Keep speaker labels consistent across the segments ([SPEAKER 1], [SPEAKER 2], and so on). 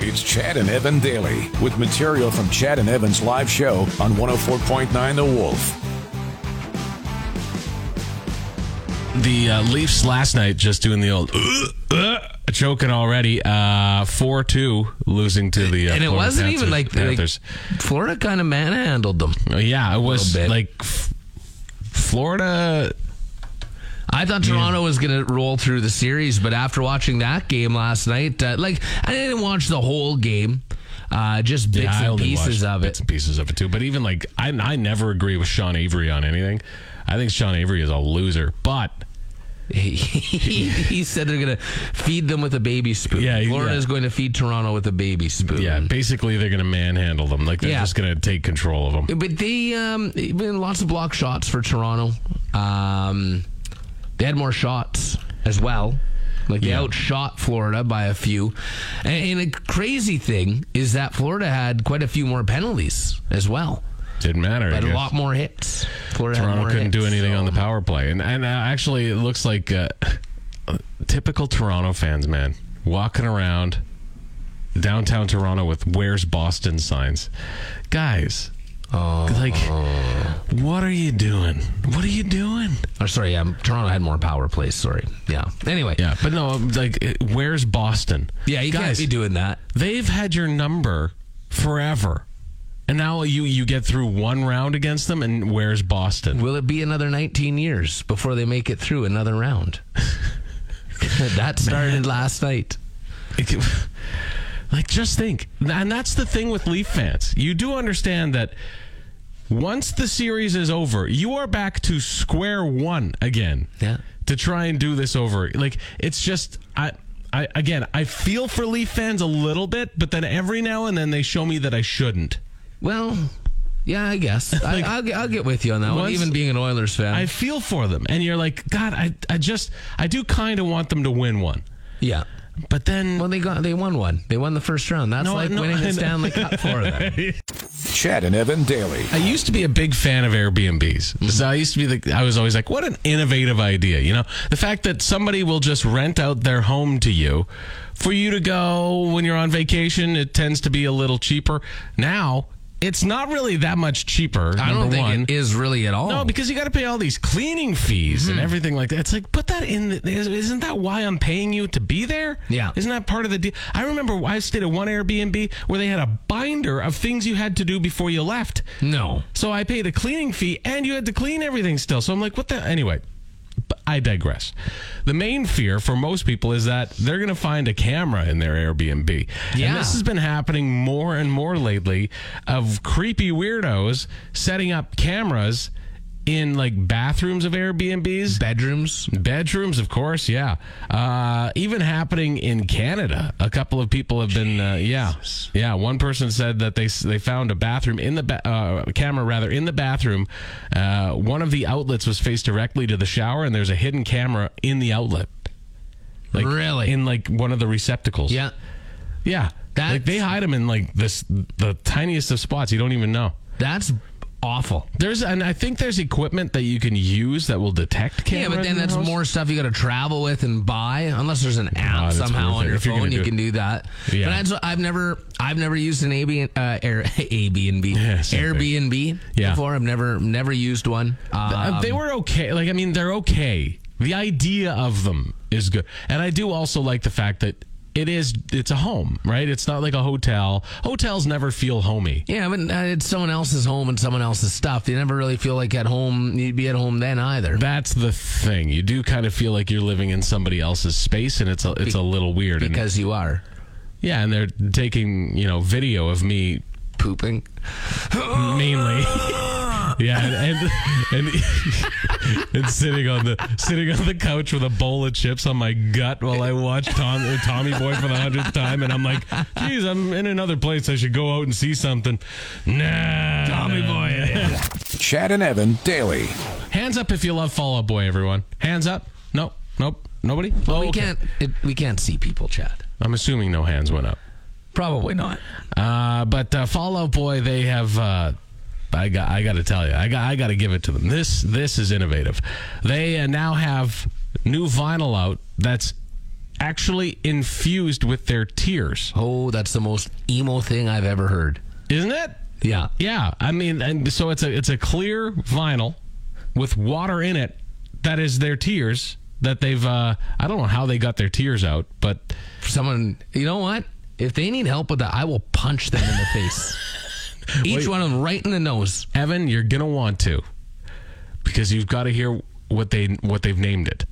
[SPEAKER 1] It's Chad and Evan Daily with material from Chad and Evan's live show on 104.9 The Wolf.
[SPEAKER 2] The uh, Leafs last night just doing the old uh, uh, choking already. uh, Four two losing to the uh,
[SPEAKER 3] and it
[SPEAKER 2] Florida
[SPEAKER 3] wasn't even
[SPEAKER 2] Panthers-
[SPEAKER 3] like, like
[SPEAKER 2] Panthers.
[SPEAKER 3] Florida kind of manhandled them.
[SPEAKER 2] Uh, yeah, it was
[SPEAKER 3] bit.
[SPEAKER 2] like f- Florida.
[SPEAKER 3] I thought Toronto was going to roll through the series, but after watching that game last night, uh, like I didn't watch the whole game, uh, just bits
[SPEAKER 2] yeah, I
[SPEAKER 3] and
[SPEAKER 2] only
[SPEAKER 3] pieces
[SPEAKER 2] watched
[SPEAKER 3] of
[SPEAKER 2] bits
[SPEAKER 3] it.
[SPEAKER 2] and pieces of it too. But even like I, I never agree with Sean Avery on anything. I think Sean Avery is a loser, but
[SPEAKER 3] he, he said they're going to feed them with a baby spoon.
[SPEAKER 2] Yeah, he-
[SPEAKER 3] Florida
[SPEAKER 2] yeah.
[SPEAKER 3] is going to feed Toronto with a baby spoon.
[SPEAKER 2] yeah, basically they're going to manhandle them. Like they're
[SPEAKER 3] Mm-hmm. Yeah.
[SPEAKER 2] just going to take control of them.
[SPEAKER 3] But they um been lots of block shots for Toronto. Um they had more shots as well. Like they
[SPEAKER 2] Yeah.
[SPEAKER 3] outshot Florida by a few. And, and a crazy thing is that Florida had quite a few more penalties as well.
[SPEAKER 2] Didn't matter. I
[SPEAKER 3] But a
[SPEAKER 2] guess.
[SPEAKER 3] lot more hits. Florida had
[SPEAKER 2] Toronto
[SPEAKER 3] more
[SPEAKER 2] couldn't
[SPEAKER 3] hits,
[SPEAKER 2] do anything
[SPEAKER 3] so-
[SPEAKER 2] on the power play, and and uh, actually, it looks like uh, typical Toronto fans, man, walking around downtown Toronto with "Where's Boston" signs, guys. Like,
[SPEAKER 3] Oh.
[SPEAKER 2] what are you doing? What are you doing?
[SPEAKER 3] Or sorry, yeah, Toronto had more power plays, sorry. Yeah. Anyway.
[SPEAKER 2] Yeah, but no, um, like, it- where's Boston?
[SPEAKER 3] Yeah, you
[SPEAKER 2] guys,
[SPEAKER 3] can't be doing that.
[SPEAKER 2] they've had your number forever, and now you you get through one round against them, and where's Boston?
[SPEAKER 3] Will it be another 19 years before they make it through another round? that started last night.
[SPEAKER 2] It could- like just think and that's the thing with leaf fans you do understand that once the series is over you are back to square one again
[SPEAKER 3] Yeah.
[SPEAKER 2] to try and do this over like it's just i I, again, I feel for Leaf fans a little bit, but then every now and then they show me that I shouldn't.
[SPEAKER 3] Well, yeah, I guess.
[SPEAKER 2] Like-
[SPEAKER 3] I, I'll, get- I'll get with you on that one,
[SPEAKER 2] Once-
[SPEAKER 3] even being an Oilers fan.
[SPEAKER 2] I feel for them. And you're like, God, I, I just, I do kind of want them to win one.
[SPEAKER 3] yeah.
[SPEAKER 2] But then.
[SPEAKER 3] Well, they got they won one. They won the first round. That's
[SPEAKER 2] No,
[SPEAKER 3] like
[SPEAKER 2] no,
[SPEAKER 3] winning
[SPEAKER 2] I know.
[SPEAKER 3] the Stanley Cup for them.
[SPEAKER 1] Chad and Evan Daily.
[SPEAKER 2] I used to be a big fan of Airbnbs.
[SPEAKER 3] Mm-hmm.
[SPEAKER 2] So I used to be the, I was always like, what an innovative idea. You know, the fact that somebody will just rent out their home to you for you to go when you're on vacation, it tends to be a little cheaper. Now, it's not really that much cheaper.
[SPEAKER 3] I don't
[SPEAKER 2] number
[SPEAKER 3] think
[SPEAKER 2] one.
[SPEAKER 3] it is really at all. Mm-hmm.
[SPEAKER 2] No, because you got to pay all these cleaning fees and everything like that. It's like put that in. The, is- isn't that why I'm paying you to be there?
[SPEAKER 3] Yeah.
[SPEAKER 2] Isn't that part of the deal? I remember I stayed at one Airbnb where they had a binder of things you had to do before you left.
[SPEAKER 3] no.
[SPEAKER 2] So I paid a cleaning fee and you had to clean everything still. So I'm like, what the? Anyway, but I digress. The main fear for most people is that they're going to find a camera in their Airbnb.
[SPEAKER 3] Yeah.
[SPEAKER 2] And this has been happening more and more lately of creepy weirdos setting up cameras in like bathrooms of Airbnbs.
[SPEAKER 3] Bedrooms.
[SPEAKER 2] Bedrooms, of course, yeah. Uh, even happening in Canada, a couple of people have been, uh, yeah, yeah. One person said that they they found a bathroom in the ba- uh, camera, rather in the bathroom. Uh, one of the outlets was faced directly to the shower, and there's a hidden camera in the outlet. Like,
[SPEAKER 3] Really?
[SPEAKER 2] in like one of the receptacles.
[SPEAKER 3] Yeah.
[SPEAKER 2] yeah.
[SPEAKER 3] That's-
[SPEAKER 2] like they hide them in like this the tiniest of spots. You don't even know.
[SPEAKER 3] That's awful.
[SPEAKER 2] There's and I think there's equipment that you can use that will detect cameras.
[SPEAKER 3] Yeah, but
[SPEAKER 2] in
[SPEAKER 3] then
[SPEAKER 2] the
[SPEAKER 3] that's
[SPEAKER 2] house.
[SPEAKER 3] more stuff you got to travel with and buy, unless there's an
[SPEAKER 2] Ah,
[SPEAKER 3] app
[SPEAKER 2] that's
[SPEAKER 3] somehow
[SPEAKER 2] worth
[SPEAKER 3] on
[SPEAKER 2] it.
[SPEAKER 3] your
[SPEAKER 2] If you're gonna
[SPEAKER 3] phone. You
[SPEAKER 2] do it.
[SPEAKER 3] can do that.
[SPEAKER 2] Yeah.
[SPEAKER 3] But that's what- I've never, I've never used an Airbnb, uh, Air, Airbnb,
[SPEAKER 2] Yeah, same thing.
[SPEAKER 3] Airbnb
[SPEAKER 2] Yeah.
[SPEAKER 3] before. I've never, never used one.
[SPEAKER 2] Uh,
[SPEAKER 3] Um,
[SPEAKER 2] they were okay. Like, I mean, they're okay. The idea of them is good. And I do also like the fact that it is, it's a home, right? It's not like a hotel. Hotels never feel homey.
[SPEAKER 3] Yeah, but uh, it's someone else's home and someone else's stuff. You never really feel like at home. You'd be at home then either.
[SPEAKER 2] That's the thing. You do kind of feel like you're living in somebody else's space, and it's a, it's a little weird. And-
[SPEAKER 3] because you are
[SPEAKER 2] yeah, and they're taking you know video of me
[SPEAKER 3] pooping.
[SPEAKER 2] mainly. Yeah, and and, and, and sitting on the sitting on the couch with a bowl of chips on my gut while I watch Tom uh, Tommy Boy for the hundredth time, and I'm like, geez, I'm in another place. I should go out and see something. Nah,
[SPEAKER 3] Oh,
[SPEAKER 2] Tommy Boy.
[SPEAKER 1] Chad and Evan daily.
[SPEAKER 2] Hands up if you love Fall Out Boy, everyone. Hands up. Nope, nope, nobody.
[SPEAKER 3] Well,
[SPEAKER 2] Oh,
[SPEAKER 3] we
[SPEAKER 2] okay.
[SPEAKER 3] can't. It, we can't see people, Chad.
[SPEAKER 2] I'm assuming no hands went up.
[SPEAKER 3] Probably not.
[SPEAKER 2] Uh, but uh, Fall Out Boy, they have. Uh, I got. I got to tell you, I got. I got to give it to them. This. This is innovative. They uh, now have new vinyl out that's actually infused with their tears,
[SPEAKER 3] Oh, that's the most emo thing I've ever heard.
[SPEAKER 2] isn't it?
[SPEAKER 3] Yeah.
[SPEAKER 2] Yeah. I mean, and so it's a it's a clear vinyl with water in it that is their tears that they've. Uh, I don't know how they got their tears out, but
[SPEAKER 3] Someone, you know what? If they need help with that, I will punch them in the face. Each one of them right in the nose.
[SPEAKER 2] Evan, you're gonna want to because you've got to hear what they what they've named it.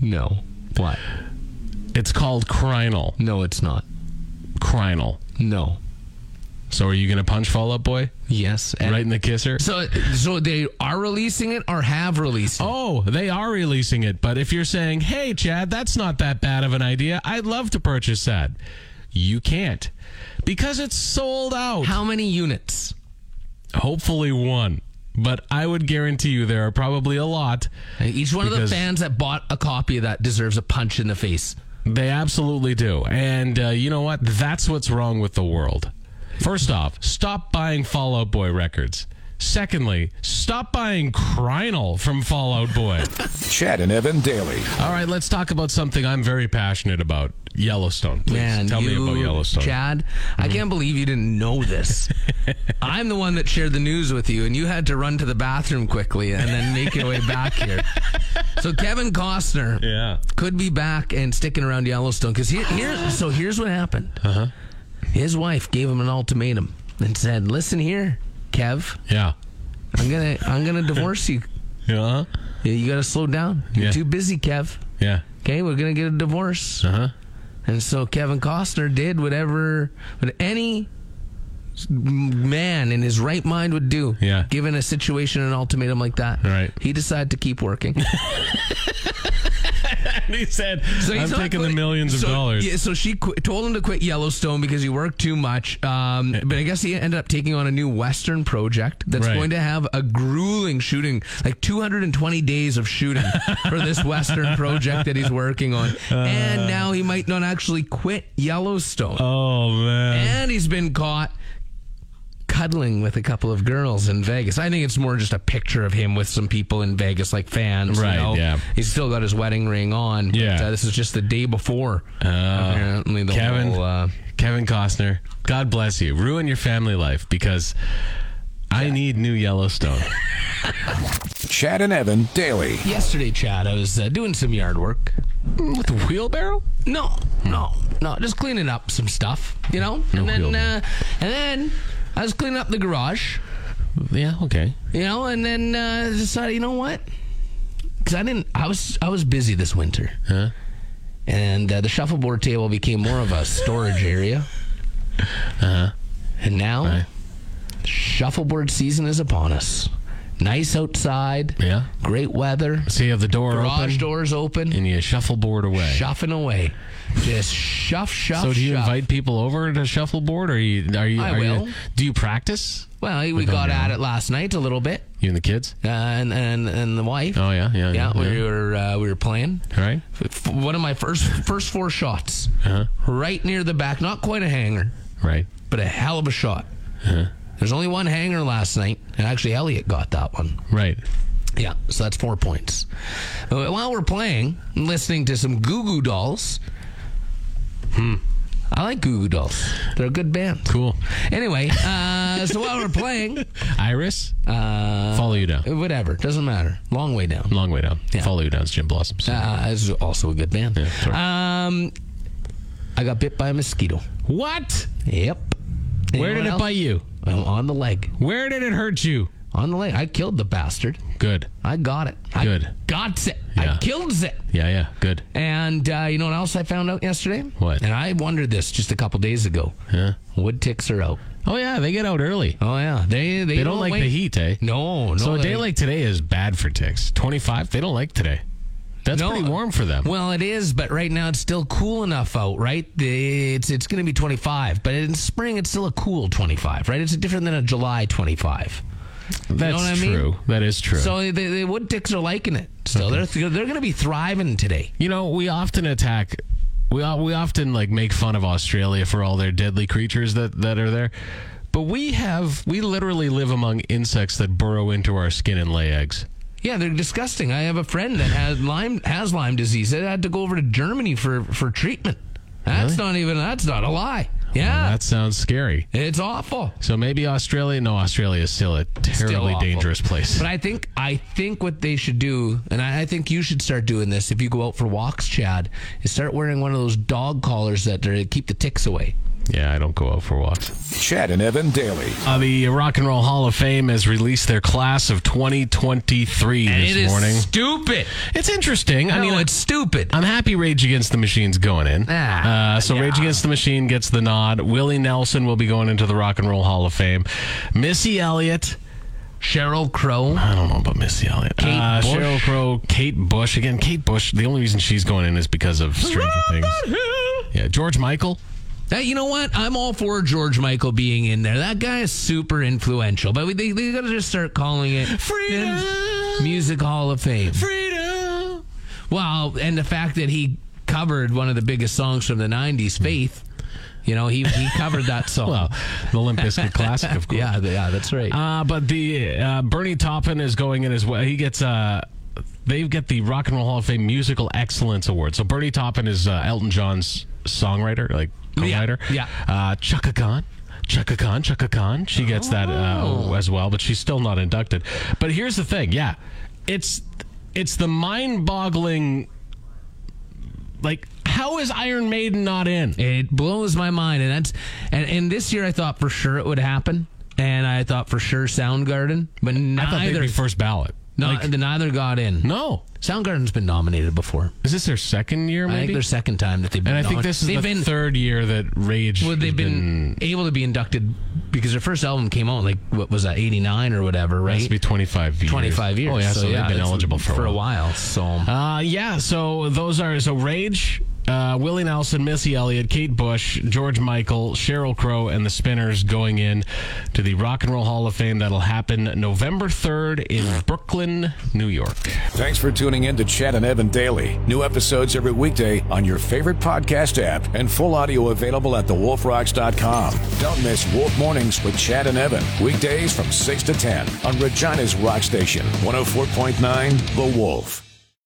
[SPEAKER 3] No. What?
[SPEAKER 2] It's called Crinal.
[SPEAKER 3] No, it's not.
[SPEAKER 2] Crinal.
[SPEAKER 3] No.
[SPEAKER 2] So are you going to punch Fall Out Boy
[SPEAKER 3] Yes. and-
[SPEAKER 2] right in the kisser?
[SPEAKER 3] So, so they are releasing it or have released it.
[SPEAKER 2] Oh, they are releasing it. But if you're saying, hey, Chad, that's not that bad of an idea, I'd love to purchase that. You can't because it's sold out.
[SPEAKER 3] How many units?
[SPEAKER 2] Hopefully, one. But I would guarantee you there are probably a lot.
[SPEAKER 3] Each one of
[SPEAKER 2] Because-
[SPEAKER 3] the fans that bought a copy of that deserves a punch in the face.
[SPEAKER 2] They absolutely do. And uh, you know what? That's what's wrong with the world. First off, stop buying Fall Out Boy records. Secondly, stop buying Crinal from Fall Out Boy.
[SPEAKER 1] Chad and Evan daily.
[SPEAKER 2] All right, let's talk about something I'm very passionate about Yellowstone. Please tell me
[SPEAKER 3] you-
[SPEAKER 2] about Yellowstone.
[SPEAKER 3] Chad, I can't believe you didn't know this. I'm the one that shared the news with you, and you had to run to the bathroom quickly and then make your way back here. So Kevin Costner
[SPEAKER 2] Yeah.
[SPEAKER 3] could be back and sticking around Yellowstone because here, here. So here's what happened. Uh-huh. His wife gave him an ultimatum and said, "Listen here, Kev,
[SPEAKER 2] Yeah.
[SPEAKER 3] I'm gonna I'm gonna divorce you.
[SPEAKER 2] Yeah.
[SPEAKER 3] You- You gotta slow down. You're
[SPEAKER 2] Yeah.
[SPEAKER 3] too busy, Kev.
[SPEAKER 2] Yeah.
[SPEAKER 3] Okay, we're gonna get a divorce."
[SPEAKER 2] Uh huh.
[SPEAKER 3] And so Kevin Costner did whatever what any s- man in his right mind would do.
[SPEAKER 2] Yeah.
[SPEAKER 3] Given a situation an ultimatum like that.
[SPEAKER 2] Right.
[SPEAKER 3] He decided to keep working.
[SPEAKER 2] And he said,
[SPEAKER 3] So
[SPEAKER 2] I'm
[SPEAKER 3] he's not
[SPEAKER 2] taking the
[SPEAKER 3] quitting-
[SPEAKER 2] millions of
[SPEAKER 3] so-
[SPEAKER 2] dollars.
[SPEAKER 3] Yeah, so she qu- told him to quit Yellowstone because he worked too much. Um, but I guess he ended up taking on a new Western project that's
[SPEAKER 2] Right.
[SPEAKER 3] going to have a grueling shooting, like 220 days of shooting for this Western project that he's working on.
[SPEAKER 2] Uh.
[SPEAKER 3] and now he might not actually quit Yellowstone.
[SPEAKER 2] Oh, man.
[SPEAKER 3] and he's been caught cuddling with a couple of girls in Vegas. I think it's more just a picture of him with some people in Vegas, like fans. you
[SPEAKER 2] Right,
[SPEAKER 3] know?
[SPEAKER 2] yeah.
[SPEAKER 3] He's still got his wedding ring on. but,
[SPEAKER 2] Yeah. Oh.
[SPEAKER 3] uh, this is just the day before. apparently, the
[SPEAKER 2] Kevin,
[SPEAKER 3] whole. Uh,
[SPEAKER 2] Kevin Costner, God bless you. Ruin your family life because I need new Yellowstone.
[SPEAKER 1] Chad and Evan daily.
[SPEAKER 3] yesterday, Chad, I was uh, doing some yard work. Mm,
[SPEAKER 2] With a wheelbarrow?
[SPEAKER 3] No, no, no. Just cleaning up some stuff, you know.
[SPEAKER 2] real
[SPEAKER 3] and then,
[SPEAKER 2] man.
[SPEAKER 3] uh, and then I was cleaning up the garage.
[SPEAKER 2] Yeah, okay.
[SPEAKER 3] you know and then uh decided you know what because i didn't i was i was busy this winter
[SPEAKER 2] Huh?
[SPEAKER 3] and uh, the shuffleboard table became more of a storage area and now
[SPEAKER 2] Uh-huh. Right.
[SPEAKER 3] shuffleboard season is upon us nice outside
[SPEAKER 2] Yeah.
[SPEAKER 3] great weather
[SPEAKER 2] So you have the door
[SPEAKER 3] garage
[SPEAKER 2] open
[SPEAKER 3] doors open
[SPEAKER 2] and you shuffleboard away.
[SPEAKER 3] shuffing away just shuff shuff
[SPEAKER 2] so do you
[SPEAKER 3] shuff.
[SPEAKER 2] invite people over to shuffleboard or you are you
[SPEAKER 3] I
[SPEAKER 2] are
[SPEAKER 3] will.
[SPEAKER 2] you do you practice?
[SPEAKER 3] well we got at it last night a little bit
[SPEAKER 2] You and the kids?
[SPEAKER 3] uh, and, and and the wife
[SPEAKER 2] Oh yeah, yeah,
[SPEAKER 3] yeah, we were uh, we were playing
[SPEAKER 2] right.
[SPEAKER 3] f- one of my first first four shots,
[SPEAKER 2] Uh-huh.
[SPEAKER 3] right near the back. Not quite a hanger,
[SPEAKER 2] Right.
[SPEAKER 3] but a hell of a shot.
[SPEAKER 2] Uh-huh.
[SPEAKER 3] There's only one hanger last night, and actually Elliot got that one.
[SPEAKER 2] Right.
[SPEAKER 3] Yeah, so that's four points. Uh, While we're playing, I'm listening to some Goo Goo Dolls. Hmm. I like Goo Goo Dolls. They're a good band.
[SPEAKER 2] Cool.
[SPEAKER 3] Anyway, uh, so while we're playing,
[SPEAKER 2] Iris,
[SPEAKER 3] uh,
[SPEAKER 2] follow you down.
[SPEAKER 3] whatever doesn't matter. Long way down.
[SPEAKER 2] Long way down. Follow you down is Jim Blossoms.
[SPEAKER 3] Uh, is also a good band.
[SPEAKER 2] Yeah, sorry.
[SPEAKER 3] um, I got bit by a mosquito.
[SPEAKER 2] what?
[SPEAKER 3] Yep.
[SPEAKER 2] Where
[SPEAKER 3] Anyone
[SPEAKER 2] did it
[SPEAKER 3] else?
[SPEAKER 2] bite you?
[SPEAKER 3] Well, on the leg.
[SPEAKER 2] Where did it hurt you?
[SPEAKER 3] on the lake. I killed the bastard.
[SPEAKER 2] Good.
[SPEAKER 3] I got it. I
[SPEAKER 2] Good.
[SPEAKER 3] got it.
[SPEAKER 2] Yeah.
[SPEAKER 3] I killed it.
[SPEAKER 2] Yeah, yeah. Good.
[SPEAKER 3] And uh, you know what else I found out yesterday?
[SPEAKER 2] What?
[SPEAKER 3] And I wondered this just a couple days ago.
[SPEAKER 2] Yeah.
[SPEAKER 3] Wood ticks are out.
[SPEAKER 2] Oh yeah, they get out early.
[SPEAKER 3] Oh yeah, they they,
[SPEAKER 2] They don't like the
[SPEAKER 3] wait.
[SPEAKER 2] heat, eh?
[SPEAKER 3] No, no.
[SPEAKER 2] So a
[SPEAKER 3] they-
[SPEAKER 2] day like today is bad for ticks. Twenty five, they don't like today. That's
[SPEAKER 3] No.
[SPEAKER 2] pretty warm for them.
[SPEAKER 3] Well, it is, but right now it's still cool enough out, right? The- It's it's going to be 25, but in spring it's still a cool 25, right? It's different than a July 25.
[SPEAKER 2] That's
[SPEAKER 3] what I mean?
[SPEAKER 2] true. That is true.
[SPEAKER 3] So the, the wood ticks are liking it. Still, they're they're going to be thriving today.
[SPEAKER 2] You know, we often attack. We o- we often like make fun of Australia for all their deadly creatures that that are there, but we have we literally live among insects that burrow into our skin and lay eggs.
[SPEAKER 3] Yeah, they're disgusting. I have a friend that has Lyme has Lyme disease. They had to go over to Germany for for treatment. That's not even that's not a lie. Yeah,
[SPEAKER 2] Oh, That sounds scary.
[SPEAKER 3] it's awful.
[SPEAKER 2] So maybe Australia. No, Australia is still a terribly
[SPEAKER 3] awful.
[SPEAKER 2] dangerous place.
[SPEAKER 3] But I think I think what they should do, and I, I think you should start doing this if you go out for walks, Chad, is start wearing one of those dog collars that are, keep the ticks away.
[SPEAKER 2] yeah, I don't go out for walks.
[SPEAKER 1] Chad and Evan daily.
[SPEAKER 2] Uh, the Rock and Roll Hall of Fame has released their class of 2023 this morning. uh,
[SPEAKER 3] stupid.
[SPEAKER 2] It's interesting.
[SPEAKER 3] I
[SPEAKER 2] I mean,
[SPEAKER 3] mean,
[SPEAKER 2] like,
[SPEAKER 3] it's stupid.
[SPEAKER 2] I'm happy Rage Against the Machine's going in.
[SPEAKER 3] Ah,
[SPEAKER 2] uh, so Rage Against the Machine gets the nod. Willie Nelson will be going into the Rock and Roll Hall of Fame. Missy Elliott.
[SPEAKER 3] Cheryl Crow.
[SPEAKER 2] I don't know about Missy Elliott.
[SPEAKER 3] Kate
[SPEAKER 2] uh,
[SPEAKER 3] Bush.
[SPEAKER 2] Cheryl Crow. Kate Bush. Again, Kate Bush. The only reason she's going in is because of Stranger Things. Yeah, George Michael.
[SPEAKER 3] Hey, you know what? I'm all for George Michael being in there. That guy is super influential, but we, they, they gotta just start calling it
[SPEAKER 2] Freedom.
[SPEAKER 3] Music Hall of Fame.
[SPEAKER 2] Freedom.
[SPEAKER 3] Well, and the fact that he covered one of the biggest songs from the '90s, "Faith." You know, he he covered that song.
[SPEAKER 2] Well, the Limp Bizkit Classic, of course.
[SPEAKER 3] yeah, th- yeah, that's right.
[SPEAKER 2] Uh, but the uh, Bernie Taupin is going in as well. He gets uh, they get the Rock and Roll Hall of Fame Musical Excellence Award. So Bernie Taupin is uh, Elton John's songwriter, like
[SPEAKER 3] Yeah,
[SPEAKER 2] co-writer.
[SPEAKER 3] yeah.
[SPEAKER 2] Uh, Chaka Khan. Chaka Khan, Chaka Khan. She gets that uh, as well, but she's still not inducted. But here's the thing, yeah, it's it's the mind-boggling. Like, how is Iron Maiden not in?
[SPEAKER 3] it blows my mind, and that's and, and this year I thought for sure it would happen, and I thought for sure Soundgarden, but
[SPEAKER 2] I thought they'd
[SPEAKER 3] neither
[SPEAKER 2] be first ballot.
[SPEAKER 3] no,
[SPEAKER 2] Like,
[SPEAKER 3] neither got in.
[SPEAKER 2] no.
[SPEAKER 3] Soundgarden's been nominated before.
[SPEAKER 2] Is this their second year? Maybe
[SPEAKER 3] I think their second time that they've been.
[SPEAKER 2] And I think
[SPEAKER 3] nominated.
[SPEAKER 2] this is
[SPEAKER 3] they've
[SPEAKER 2] the
[SPEAKER 3] been,
[SPEAKER 2] third year that Rage.
[SPEAKER 3] Well,
[SPEAKER 2] has
[SPEAKER 3] they've been, able to be inducted because their first album came out like what was that, eighty nine or whatever,
[SPEAKER 2] has to
[SPEAKER 3] right?
[SPEAKER 2] be twenty five years.
[SPEAKER 3] Twenty five years.
[SPEAKER 2] Oh yeah, so,
[SPEAKER 3] yeah,
[SPEAKER 2] they've been
[SPEAKER 3] it's
[SPEAKER 2] eligible for,
[SPEAKER 3] a while. So
[SPEAKER 2] Uh, yeah, so those are so Rage, uh, Willie Nelson, Missy Elliott, Kate Bush, George Michael, Cheryl Crow, and the Spinners going in to the Rock and Roll Hall of Fame. That'll happen November third in Brooklyn, New York.
[SPEAKER 1] Thanks for tuning in to Chad and Evan Daily. New episodes every weekday on your favorite podcast app and full audio available at thewolfrocks.com. Don't miss Wolf Mornings with Chad and Evan. oh Weekdays from 6 to 10 on Regina's Rock Station, 104.9 The Wolf.